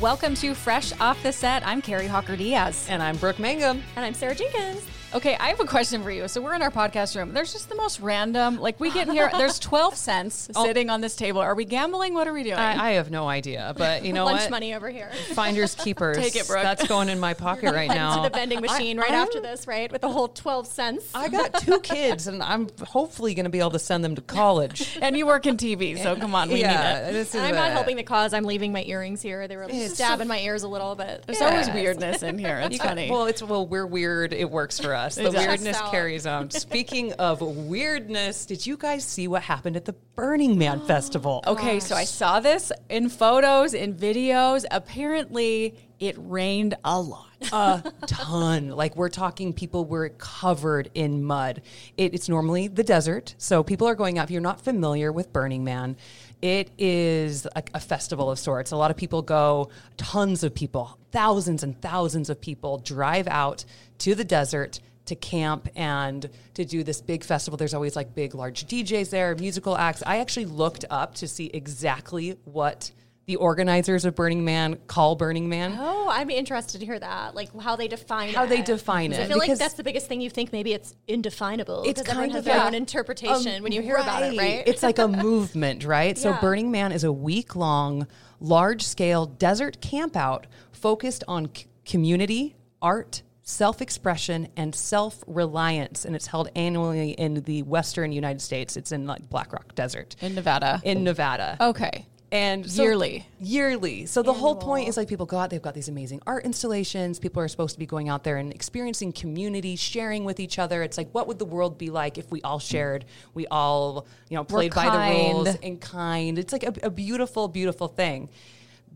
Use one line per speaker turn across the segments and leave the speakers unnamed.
Welcome to Fresh Off the Set. I'm Carrie Hawker Diaz.
And I'm Brooke Mangum.
And I'm Sarah Jenkins.
Okay, I have a question for you. So we're in our podcast room. There's just the most random. Like we get in here. There's 12 cents sitting on this table. Are we gambling? What are we doing?
I, I have no idea, but you know
Lunch
what?
money over here.
Finders keepers.
Take it, Brooke.
That's going in my pocket right
To
now.
the vending machine right after this, right? With the whole 12 cents.
I got two kids, and I'm hopefully going to be able to send them to college.
and you work in TV, so come on, we need it.
this is
and I'm not
a-
helping the cause. I'm leaving my earrings here. They were stabbing my ears a little, but
There's always weirdness in here. It's funny.
Well, it's well, we're weird. It works for us. The
does.
weirdness
Checks out.
carries on. Speaking of weirdness, did you guys see what happened at the Burning Man festival?
Okay, so I saw this in photos, in videos. Apparently, it rained a lot.
a ton. Like we're talking, people were covered in mud. It, it's normally the desert, so people are going out. If you're not familiar with Burning Man, it is a, a festival of sorts. A lot of people go. Tons of people, thousands and thousands of people, drive out to the desert. To camp and to do this big festival. There's always like big, large DJs there, musical acts. I actually looked up to see exactly what the organizers of Burning Man call Burning Man
oh, I'm interested to hear that. Like how they define
how
it.
they define it.
I feel like
because
that's the biggest thing you think maybe it's indefinable.
it's
because everyone
kind
has
of
their
a-
own interpretation
um,
when you hear about it, right?
It's like a movement, right? So
Yeah.
Burning Man is a week long, large scale desert campout focused on c- community, art, self expression, and self reliance. And it's held annually in the western United States. It's in like Black Rock Desert
In Nevada.
in Nevada
Okay.
and so-
Yearly.
yearly so the whole point is like people go out they've got these amazing art installations people are supposed to be going out there and experiencing community sharing with each other it's like what would the world be like if we all shared we all you know played by the rules
kind.
and kind it's like a, a beautiful beautiful thing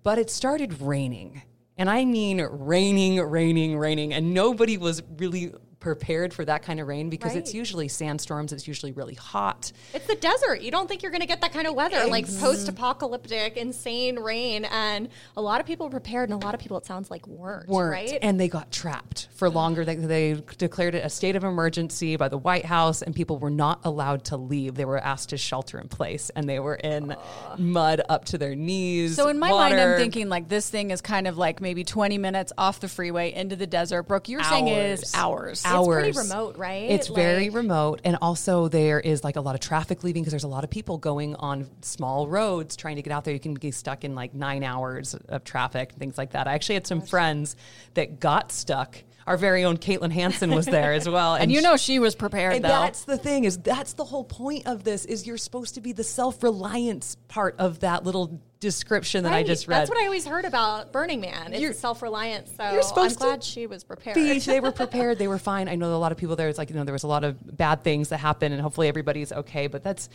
but it started raining and i mean raining raining raining and nobody was really prepared for that kind of rain because it's
Right.
usually sandstorms it's usually really hot
It's the desert. You don't think you're going to get that kind of weather, like post-apocalyptic, insane rain. And a lot of people prepared, and a lot of people, it sounds like weren't.
weren't
right?
and they got trapped for longer they, they declared it a state of emergency by the white house and people were not allowed to leave they were asked to shelter in place and they were in mud up to their knees
So in my mind, I'm
water.
thinking like this thing is kind of like maybe 20 minutes off the freeway into the desert. Brooke, you're saying it is hours.
It's pretty
hours.
remote, right?
It's very
Like-
remote. And also, there is like a lot of traffic leaving because there's a lot of people going on small roads trying to get out there. You can get stuck in like nine hours of traffic and things like that. I actually had some friends that got stuck. Our very own Caitlin Hansen was there as well.
And you know she was prepared
and
though.
that's the thing is that's the whole point of this is you're supposed to be the self-reliance part of that little description that I
Right.
just read.
That's what I always heard about Burning Man. It's
You're-
self-reliance. So
you're supposed
I'm
to
glad she was prepared.
beach. They were prepared. They were fine. I know a lot of people there. It's like you know there was a lot of bad things that happened, and hopefully everybody's okay. But that's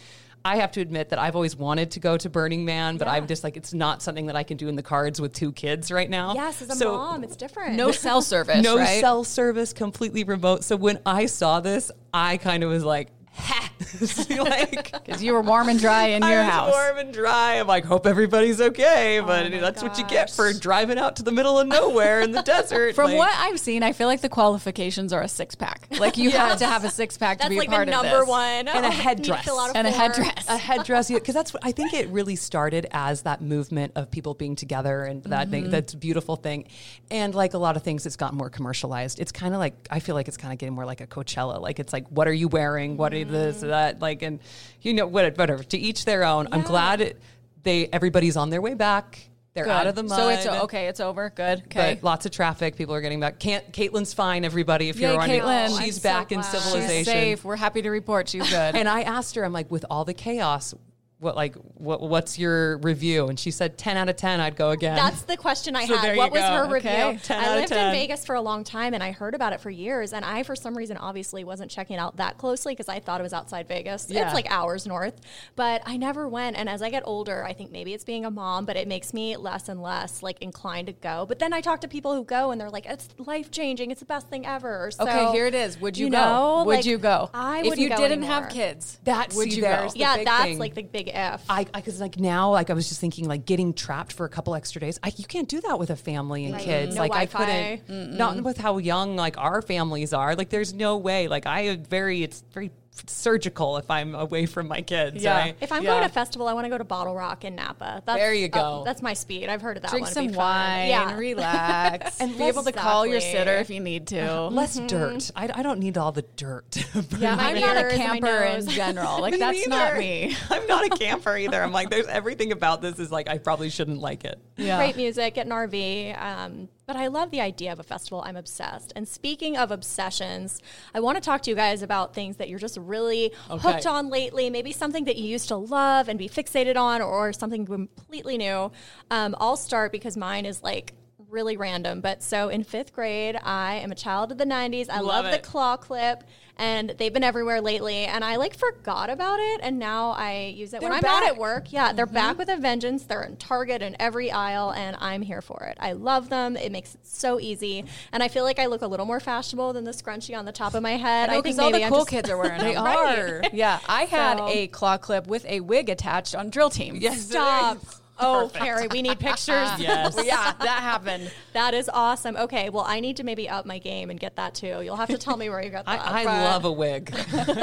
I have to admit that I've always wanted to go to Burning Man, but I'm just like it's not something that I can do in the cards with two kids right now.
Yes, as a
So,
mom, it's different.
no cell service,
No
right?
cell service, completely remote. So when I saw this, I kind of was like, ha! like
Because you were warm and dry in your
I was
house. Oh
warm and dry. I'm like, hope everybody's okay, but that's what you get for driving out to the middle of nowhere in the desert.
From
Like-
what I've seen, I feel like the qualifications are a six pack. Like you have to have a six pack to
That's
be
like
a
the
part of
number
this.
one. Oh,
And a headdress.
And a headdress.
a headdress because that's what I think it really started as that movement of people being together and that thing
Mm-hmm.
that's a beautiful thing and like a lot of things it's gotten more commercialized it's kind of like I feel like it's kind of getting more like a Coachella like it's like what are you wearing what are this
Mm.
that like and you know what whatever to each their own I'm glad it, they everybody's on their way back they're
Good.
out of the mud
So it's okay. It's over. Good. Okay.
But lots of traffic. People are getting back. Can't, Caitlin's fine. Everybody, if
Yay,
you're wondering,
Caitlin.
she's
I'm so
back in
glad. She's
civilization.
She's safe. We're happy to report she's good.
And I asked her, I'm like, with all the chaos, what like what what's your review? And she said, ten out of ten, I'd go again.
That's the question I
So there
had.
you
What was
go.
her
Okay.
review?
10 out
I
of
lived
10.
in Vegas for a long time and I heard about it for years. And I, for some reason, obviously wasn't checking it out that closely because I thought it was outside Vegas.
Yeah.
It's like hours north, but I never went. And as I get older, I think maybe it's being a mom, but it makes me less and less like inclined to go. But then I talk to people who go and they're like, it's life changing. It's the best thing ever. Or So,
okay, here it is. Would you, go?
know,
would
like,
you go?
I
if you
wouldn't go
didn't have
anymore.
kids,
That's-
would
see,
you go?
there's the
Yeah,
big
that's
thing.
like the big F.
I because like now like I was just thinking like getting trapped for a couple extra days. I, you can't do that with a family and
Right.
kids.
No
like I
Wi-Fi.
couldn't. Not with how young like our families are. Like there's no way. Like I am very it's very surgical if I'm away from my kids.
Yeah.
right?
If I'm
Yeah.
going to a festival, I want to go to Bottle Rock in Napa. That's,
There you
uh,
go.
that's my speed. I've heard of that
Drink
one.
some
It'd be fun.
wine,
Yeah.
relax, and be able to call your
Exactly.
sitter if you need to.
less
Mm-hmm.
dirt. I, I don't need all the dirt.
Yeah,
my
I'm not a
ears, my
camper in
nose.
general. Like
Me
that's not
neither.
me.
I'm not a camper either. I'm like, there's everything about this is like I probably shouldn't like it.
Yeah.
Great music, get an RV. Um, but I love the idea of a festival. I'm obsessed. And speaking of obsessions, I want to talk to you guys about things that you're just really
Okay.
hooked on lately. Maybe something that you used to love and be fixated on, or something completely new. Um, I'll start because mine is like really random. But so in fifth grade, I am a child of the 90s. I
Love
love,
it.
the claw clip. And they've been everywhere lately, and I like forgot about it, and now I use it when
They're
I'm out
back.
at work. Yeah, they're back with a vengeance. They're in Target in every aisle, and I'm here for it. I love them. It makes it so easy, and I feel like I look a little more fashionable than the scrunchie on the top of my head. I,
Because
think
all
maybe
the
I'm
cool
just-
kids are wearing
They
them.
are.
Yeah, I had
So-
a claw clip with a wig attached on drill team.
Yes,
Stop.
it is.
Oh,
Perfect.
Carrie, we need pictures.
Yes.
yeah, that happened.
That is awesome. Okay, well, I need to maybe up my game and get that too. You'll have to tell me where you got that.
I, I
but-
love a wig.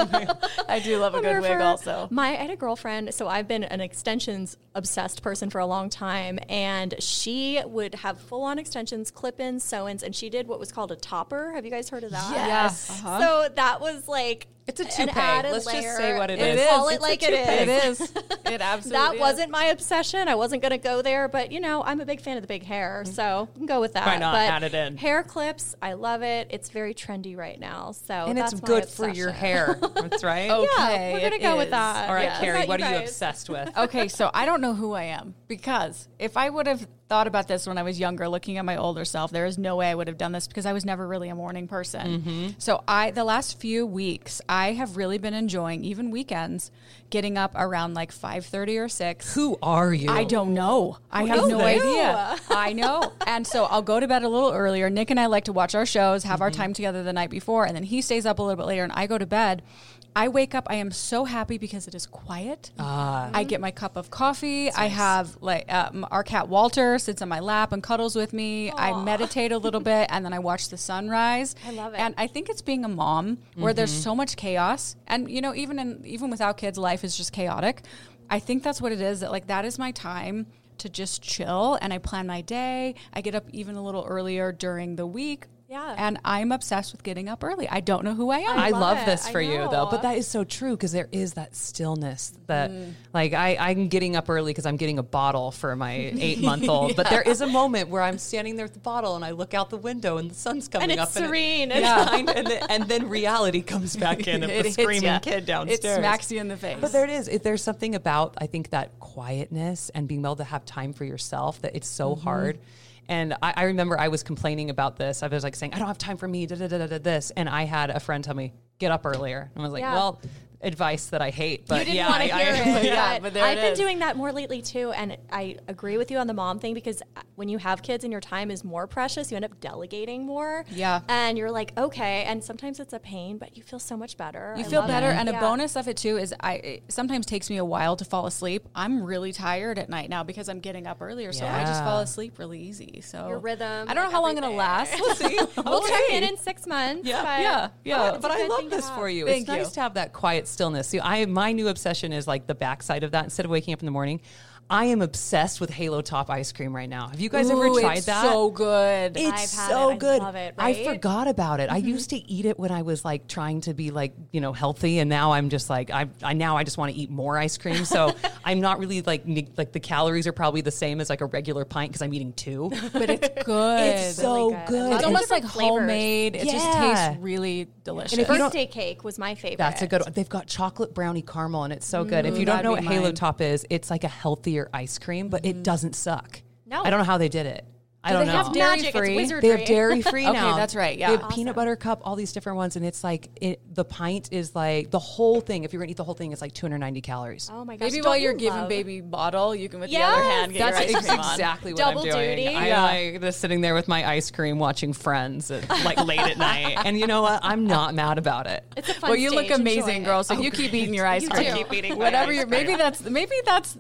I do love a good wig
Wonderful.
also.
My I had a girlfriend, so I've been an extensions obsessed person for a long time, and she would have full on extensions, clip ins, sew ins, and she did what was called a topper. Have you guys heard of that?
Yes.
Yes. So that was like
Uh-huh. It's a
an
toupee.
added
Let's just
layer.
say what it
We'll
is.
Call it
It's a
like
toupee.
it
It
is.
is. It absolutely.
That
is.
wasn't my obsession. I wasn't going to go there, but you know, I'm a big fan of the big hair, so we can go with that.
Mm-hmm. Why not?
But
Add it in.
Hair clips, I love it. It's very trendy right now, so
and it's
that's my
good for your
obsession.
hair. Oh, That's right.
Yeah, we're
Okay,
gonna
it
go with
is.
that.
All right,
Yeah.
Carrie,
About
what are you
guys? Oh.
obsessed with?
okay, so I don't know who I am because if I would have thought about this when I was younger, looking at my older self, there is no way I would have done this because I was never really a morning person. So I, the last few weeks, I have really been enjoying even weekends, getting up around like five thirty or six.
Who are you?
I don't know. I have
is
no
this?
idea. I know. And so I'll go to bed a little earlier. Nick and I like to watch our shows, have our time together the night before, and then he stays up a little bit later and I go to bed. I wake up. I am so happy because it is quiet. I get my cup of coffee. I have like um, our cat Walter sits on my lap and cuddles with me. I meditate a little bit, and then I watch the sunrise. I
love it.
And I think it's being a mom where there's
Mm-hmm.
so much chaos, and you know, even in even without kids, life is just chaotic. I think that's what it is. That like that is my time to just chill, and I plan my day. I get up even a little earlier during the week.
Yeah.
and I'm obsessed with getting up early. I don't know who I am.
I
love
love,
it.
this
I
for you though,
know. Mm.
but that is so true because there is that stillness that, like, I, I'm getting up early because I'm getting a bottle for my eight month old, but there is a moment where I'm standing there with the bottle and I look out the window and the sun's coming
it's
up
serene.
and, it-
Yeah.
it's kind- and, then, and then reality comes back in of
It
the
hits
screaming
ya.
kid
It
downstairs.
smacks you in the face.
But there it is. If there's something about I think that quietness and being able to have time for yourself that it's
Mm-hmm.
so hard. And I, I remember I was complaining about this. I was like saying, I don't have time for me, da da da da da this. And I had a friend tell me, get up earlier. And I was like,
Yeah.
well, advice that I hate. But
You didn't
yeah,
want to
I-
hear
I-
it.
yeah,
but
but there
I've
it
been
is.
doing that more lately too, and I agree with you on the mom thing because uh, when you have kids and your time is more precious, you end up delegating more.
Yeah.
and you're like, okay, and sometimes it's a pain, but you feel so much better.
You
I
feel
love
better,
it.
and
Yeah.
a bonus of it too is I it sometimes takes me a while to fall asleep. I'm really tired at night now because I'm getting up earlier, so I just
Yeah.
fall asleep really easy. So
Your rhythm,
I don't know
like
how long it'll
everything.
last.
We'll see.
We'll
Okay.
check in in six months.
Yeah.
but
Yeah. Yeah.
it's a
but I
good
love
thing to
this
have.
for you.
Thank
it's
you.
nice to have that quiet stillness. See, I my new obsession is like the backside of that. Instead of waking up in the morning, I am obsessed with Halo Top ice cream right now. Have you guys ever
Ooh,
tried
it's
that?
So good.
It's
I've had
so
it. I
good.
love it,
I
right?
forgot about it. I used to eat it when I was like trying to be like, you know, healthy and now I'm just like I, I now I just want to eat more ice cream. So I'm not really like neg- like the calories are probably the same as like a regular pint cuz I'm eating two.
but it's good.
It's so
really good. I
It's
good. And
love Lots of
almost like
different flavors.
homemade. It just
Yeah.
tastes really delicious.
if you don't-
Birthday cake was my favorite.
That's a good one. They've got chocolate brownie caramel and it's so good. if you don't
that'd
know
be
what Halo
mine.
Top is, it's like a healthier ice cream, but it doesn't suck.
No.
I don't know how they did it. I
Do
don't
they
know.
have dairy
Magic, it's
free?
wizardry.
They have dairy free
Okay,
now.
that's right, yeah.
They have peanut butter cup, all these different ones, and it's like it, the pint is like the whole thing. If you're gonna eat the whole thing, it's like 290 calories.
Oh my gosh!
Maybe
don't
while
you
you're giving
love-
baby bottle, you can with
Yes.
the other hand get
that's
your ice cream on.
exactly what
Double
I'm doing.
duty.
I'm
Yeah.
like just sitting there with my ice cream, watching Friends, at, like late at night. And you know what? I'm not mad about it.
It's a fun
Well, you look
stage. Enjoy
amazing,
it.
girl. So you keep eating your ice
You
cream.
do. Keep
eating my
Whatever
ice
you're. Maybe
cream.
that's maybe that's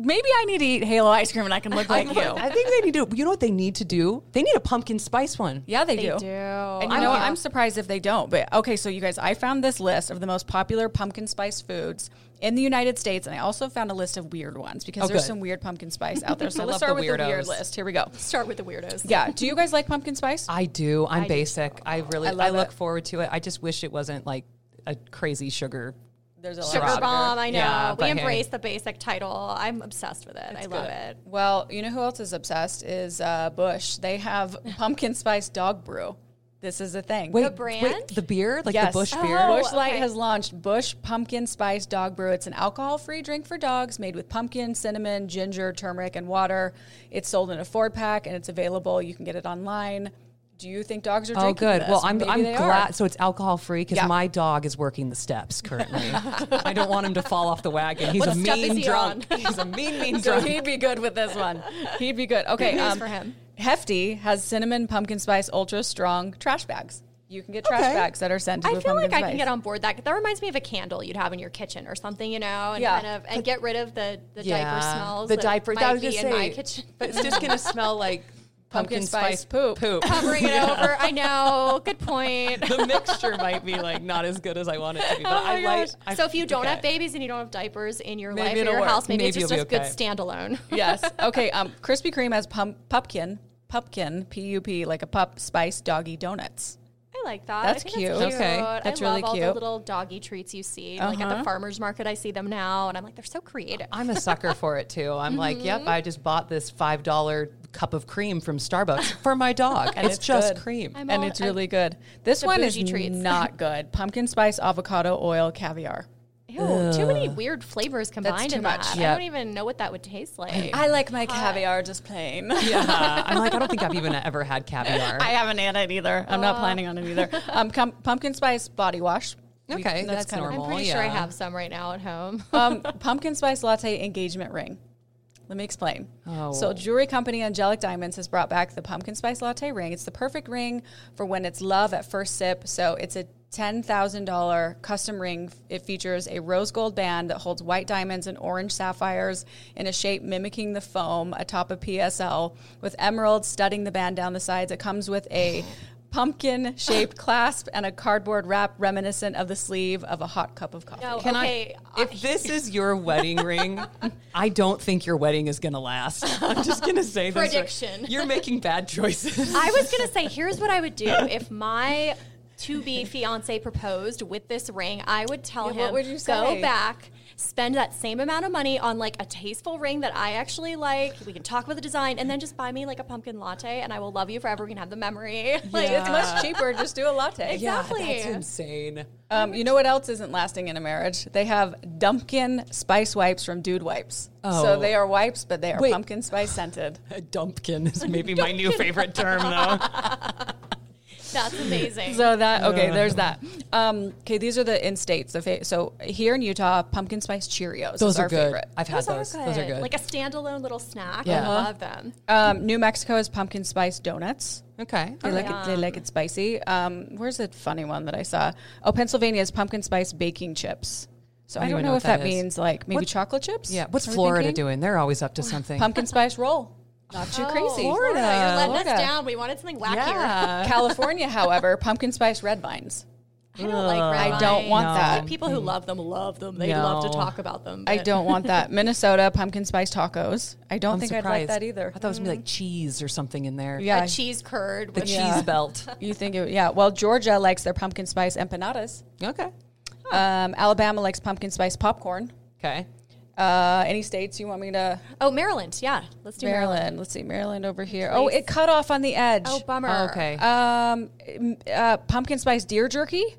maybe I need to eat Halo ice cream and I can look like you.
I think they need to. You know what they need to do? They need a pumpkin spice one.
Yeah, they,
They
do.
do.
And you
I'm
know what?
here.
I'm surprised if they don't. But okay, so you guys, I found this list of the most popular pumpkin spice foods in the United States, and I also found a list of weird ones because
Oh,
there's
good.
some weird pumpkin spice out there. So
I
let's
love
start
the
with the weird
weirdos.
list. Here we go.
Start with the weirdos.
Yeah. Do you guys like pumpkin spice?
I do. I'm basic. I really.
I
I,
love
look
it.
forward to it. I just wish it wasn't like a crazy sugar.
There's a
Sugar
lot of
bomb, I know.
Yeah,
we
but hey.
embrace the basic title. I'm obsessed with it. I love
good.
it.
Well, you know who else is obsessed is uh, Bush. They have pumpkin spice dog brew. This is a thing.
Wait,
brand?
Wait, the beer, like
Yes.
the Bush beer.
Oh.
Bush Light
okay.
has launched Bush Pumpkin Spice Dog Brew. It's an alcohol-free drink for dogs made with pumpkin, cinnamon, ginger, turmeric, and water. It's sold in a four pack and it's available. You can get it online. Do you think dogs are
Oh,
drinking
good.
this?
Well, I'm
Maybe
I'm
they are.
glad. So it's alcohol free because
Yeah.
my dog is working the steps currently. I don't want him to fall off the wagon. He's
What
a
step is
mean
he
drunk. He's a mean mean
So
drunk.
he'd be good with this one. He'd be good. Okay, um,
Good news for him.
Hefty has cinnamon pumpkin spice ultra strong trash bags. You can get trash
Okay.
bags that are sent to you
I
with
feel like
pumpkin
I can
spice.
get on board that. That reminds me of a candle you'd have in your kitchen or something, you know, and
Yeah.
kind of and get rid of the, the diaper
Yeah.
smells.
The
that
diaper.
might
that was
be
just
in my
say,
kitchen.
But it's just gonna smell like pumpkin,
spice
spice,
poop.
Poop.
Covering it over. I know. Good point.
the mixture might be like not as good as I want it to be. But
Oh my
I like.
gosh.
I-
so if you don't have
okay.
babies and you don't have diapers in your
Maybe
life or
it'll
your
work.
house, maybe,
Maybe
it's just
it'll
a
be
good
okay.
standalone.
yes. Okay. Um, Krispy Kreme has pump, pupkin, pupkin, P U P, like a pup spice doggy donuts.
I like that.
That's
I think
cute.
Okay.
That's
I love
really
all the
cute.
little doggy treats you see. Like
Uh-huh.
at the farmer's market, I see them now, and I'm like, they're so creative.
I'm a sucker for it too. I'm like, yep,
Mm-hmm.
I just bought this five dollar cup of cream from Starbucks for my dog, and it's,
it's
just
good.
cream.
I'm
and
all-
it's
I-
really good. This one is
bougie treats.
not good. Pumpkin spice, avocado oil, caviar.
Ew, too many weird flavors combined
too
in
much.
that.
Yeah.
I don't even know what that would taste like.
I like my caviar just plain.
yeah, Uh, I'm like, I don't think I've even ever had caviar.
I haven't had it either. I'm not planning on it either. Um, com- pumpkin spice body wash. We-
Okay, that's
kinda-
normal.
I'm pretty sure I
Oh, yeah.
have some right now at home.
um, pumpkin spice latte engagement ring. Let me explain.
Oh.
So, jewelry company Angelic Diamonds has brought back the pumpkin spice latte ring. It's the perfect ring for when it's love at first sip. So, it's a $10,000 custom ring. It features a rose gold band that holds white diamonds and orange sapphires in a shape mimicking the foam atop a PSL with emeralds studding the band down the sides. It comes with a pumpkin shaped clasp and a cardboard wrap reminiscent of the sleeve of a hot cup of coffee.
no,
Can
okay.
I? If this is your wedding ring, I don't think your wedding is going to last. I'm just going to say this.
Prediction.
You're making bad choices.
I was gonna say, here's what I would do if my to be fiance proposed with this ring. I would tell
Yeah,
him,
what would you say?
go back, spend that same amount of money on like a tasteful ring that I actually like. We can talk about the design, and then just buy me like a pumpkin latte, and I will love you forever. We can have the memory. Like,
It's much cheaper. Just do a latte.
Yeah,
Exactly.
that's insane.
Um, you know what else isn't lasting in a marriage? They have dumpkin spice wipes from Dude Wipes. So
Oh.
they are wipes, but they are
Wait.
pumpkin spice scented.
A dumpkin is maybe my new favorite term, though.
that's amazing.
So that okay, there's that. Um, okay, these are the in states. The fa- so here in Utah, pumpkin spice Cheerios. is
Those
our
are good.
Favorite.
I've had those. Those are good.
Like a standalone little snack.
Yeah.
I love them.
Um, New Mexico is pumpkin spice donuts.
okay.
They like it. They like it spicy. Um, where's the funny one that I saw? Oh, Pennsylvania is pumpkin spice baking chips. So I
do
don't
I
know,
know
if
what
that,
that is?
means like maybe
What-
chocolate chips.
Yeah. What's
Are we
Florida
thinking?
doing? They're always up to something.
Pumpkin spice roll. Not too crazy.
Oh,
Florida.
Florida, you're letting
Florida.
us down. We wanted something wackier.
Yeah.
California, however, pumpkin spice red vines.
I don't like red
I don't
wine.
want
No.
that.
People who love them love them. They
No.
love to talk about them.
I
but-
don't want that. Minnesota pumpkin spice tacos. I don't
I'm
think I'd like
surprised.
that either.
I thought it was gonna be like cheese or something in there.
yeah,
a cheese curd
The
with
Yeah.
cheese belt.
you think it? Yeah. Well, Georgia likes their pumpkin spice empanadas.
Okay.
Um, Alabama likes pumpkin spice popcorn.
Okay.
Uh, any states you want me to?
oh Maryland, yeah. Let's do Maryland.
Maryland. Let's see, Maryland over here. Oh, it cut off on the edge.
Oh bummer.
okay.
Um, uh, pumpkin spice deer jerky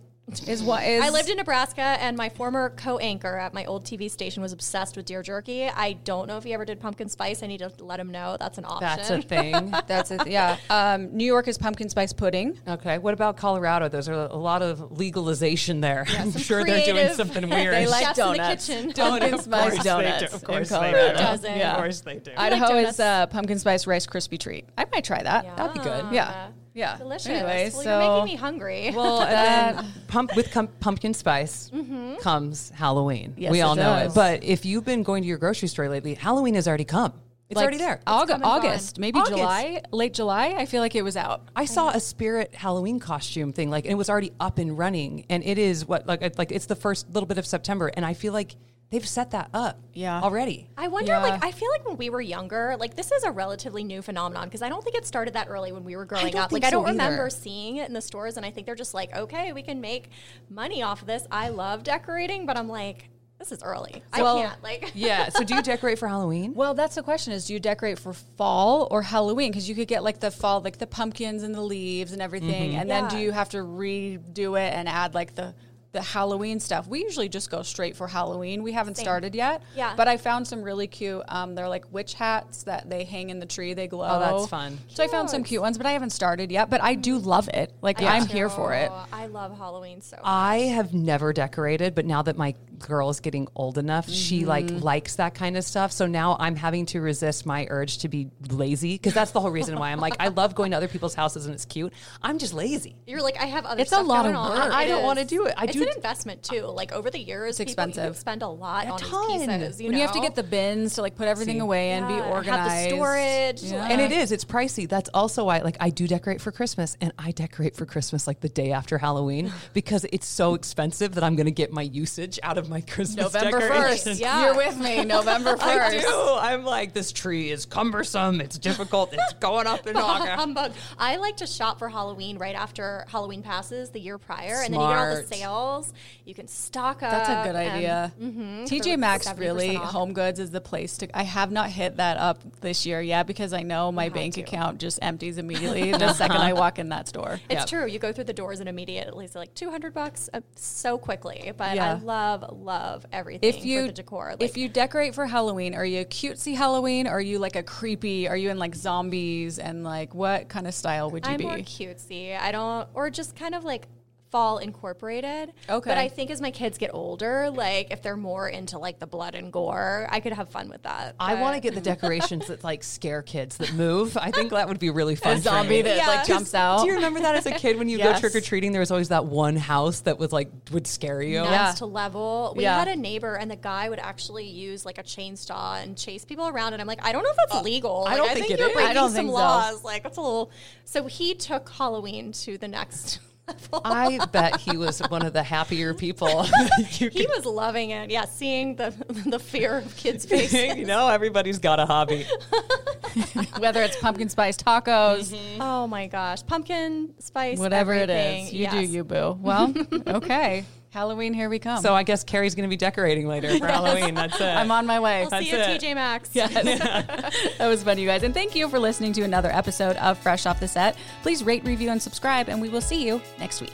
is what is.
I lived in Nebraska, and my former co-anchor at my old TV station was obsessed with deer jerky. I don't know if he ever did pumpkin spice. I need to let him know that's an option.
That's a thing.
That's it. Yeah. Um, New York is pumpkin spice pudding.
Okay. What about Colorado? There's a a lot of legalization there. I'm
some
sure they're doing
creative-
something
They
weird.
They
Chefs
like
in the
donuts.
kitchen.
Pumpkin
Of
spice
course they do.
donuts.
Of
in
course they
Colorado.
do.
Doesn't.
Yeah.
Of course they do.
Idaho
like
is
donuts.
uh, pumpkin spice rice crispy treat. I might try that.
That'd be good.
Yeah. Yeah. Yeah.
Delicious.
Anyway,
well,
so
you're making me hungry.
Well, and then pump with cum- pumpkin spice comes Halloween.
Mm-hmm. Yes,
we
it
all know
does.
it. But if you've been going to your grocery store lately, Halloween has already come. It's
like,
already there.
Aug-
come and
August,
gone.
maybe
August.
July, late July. I feel like it was out.
I saw a spirit Halloween costume thing, like, and it was already up and running. And it is what, like, it- like it's the first little bit of September, and I feel like they've set that up,
Yeah.
already.
I wonder,
Yeah.
like, I feel like when we were younger, like, this is a relatively new phenomenon because I don't think it started that early when we were growing
don't
up. Like,
think
I don't
so either.
remember seeing it in the stores, and I think they're just like, okay, we can make money off of this. I love decorating, but I'm like, this is early.
Well,
I can't. Like,
Yeah. So, do you decorate for Halloween?
Well, that's the question: is do you decorate for fall or Halloween? Because you could get like the fall, like the pumpkins and the leaves and everything, and then do
Mm-hmm. Yeah.
you have to redo it and add like the the Halloween stuff? We usually just go straight for Halloween. We haven't started yet.
Yeah.
But I found some really cute. Um, they're like witch hats that they hang in the tree. They glow.
Oh,
that's fun.
So I found some cute ones, but I haven't started yet. But I do
Mm-hmm.
love it. Like I'm here for it. Um,
Oh, I love Halloween so much.
I have never decorated, but now that my girl is getting old enough, she like
Mm-hmm.
likes that kind of stuff. So now I'm having to resist my urge to be lazy because that's the whole reason why I'm like I love going to other people's houses and it's cute. I'm just lazy.
You're like, I have other
It's a
stuff
lot
going
of
on.
work.
I don't
is.
wanna do it. I
it's
do-
an investment, too. Like, over the years,
It's
people- you
expensive.
spend a lot on
ton.
these pieces. You
when
know?
you have to get the bins to like put everything
See.
away and
Yeah,
be
have the
organized.
storage, like-
And it is, it's pricey. That's also why like I do decorate for Christmas and I decorate for Christmas like the day after Halloween because it's so expensive that I'm going to get my usage out of my Christmas
November
decorations.
first.
Yeah.
You're with me. November
I
first.
do. I'm like this tree is cumbersome, it's difficult, it's going up in August.
humbug. Um, I like to shop for Halloween right after Halloween passes the year prior, and then you get all the
Smart.
sales. You can stock up.
That's a good
and- mm-hmm,
idea. TJ
like
Maxx
70%
really,
off.
Home Goods is the place to. I have not hit that up this year yet because I know my bank account just empties immediately the second I walk in that store.
It's
Yep.
true. You go through the doors and immediately it's like two hundred bucks uh, so quickly. But
Yeah.
I love love everything.
If you
for the decor, like,
if you decorate for Halloween, are you a cutesy Halloween? Are you like a creepy? Are you in like zombies and like what kind of style would you
I'm
be?
more cutesy. I don't, or just kind of like fall incorporated.
Okay.
But I think as my kids get older, like if they're more into like the blood and gore, I could have fun with that.
I
But-
want to get the decorations that like scare kids that move. I think that would be really fun. for
zombie
me.
that,
like, Yeah.
jumps
Do
out.
you remember that as a kid when you
Yes.
go trick or treating? There was always that one house that was like would scare you.
Yeah.
nuts to level. We
Yeah.
had a neighbor, and the guy would actually use like a chainsaw and chase people around. And I'm like, I don't know if that's legal.
I
Like,
don't think it
you're
is. I
breaking
Oh, don't
some
think so.
laws. Like that's a little. So he took Halloween to the next level.
I bet he was one of the happier people. you,
he was loving it. Yeah, seeing the the fear of kids' faces.
you know, everybody's got a hobby.
Whether it's pumpkin spice tacos,
oh my gosh, pumpkin spice,
whatever it is,
everything.
you do
Yes.
you boo. Well, okay, Halloween here we come.
So I guess Carrie's going to be decorating later for Halloween. That's it.
I'm on my way.
We'll see you
That's
at
it.
TJ Maxx.
That was fun, you guys. And thank you for listening to another episode of Fresh Off the Set. Please rate, review, and subscribe, and we will see you next week.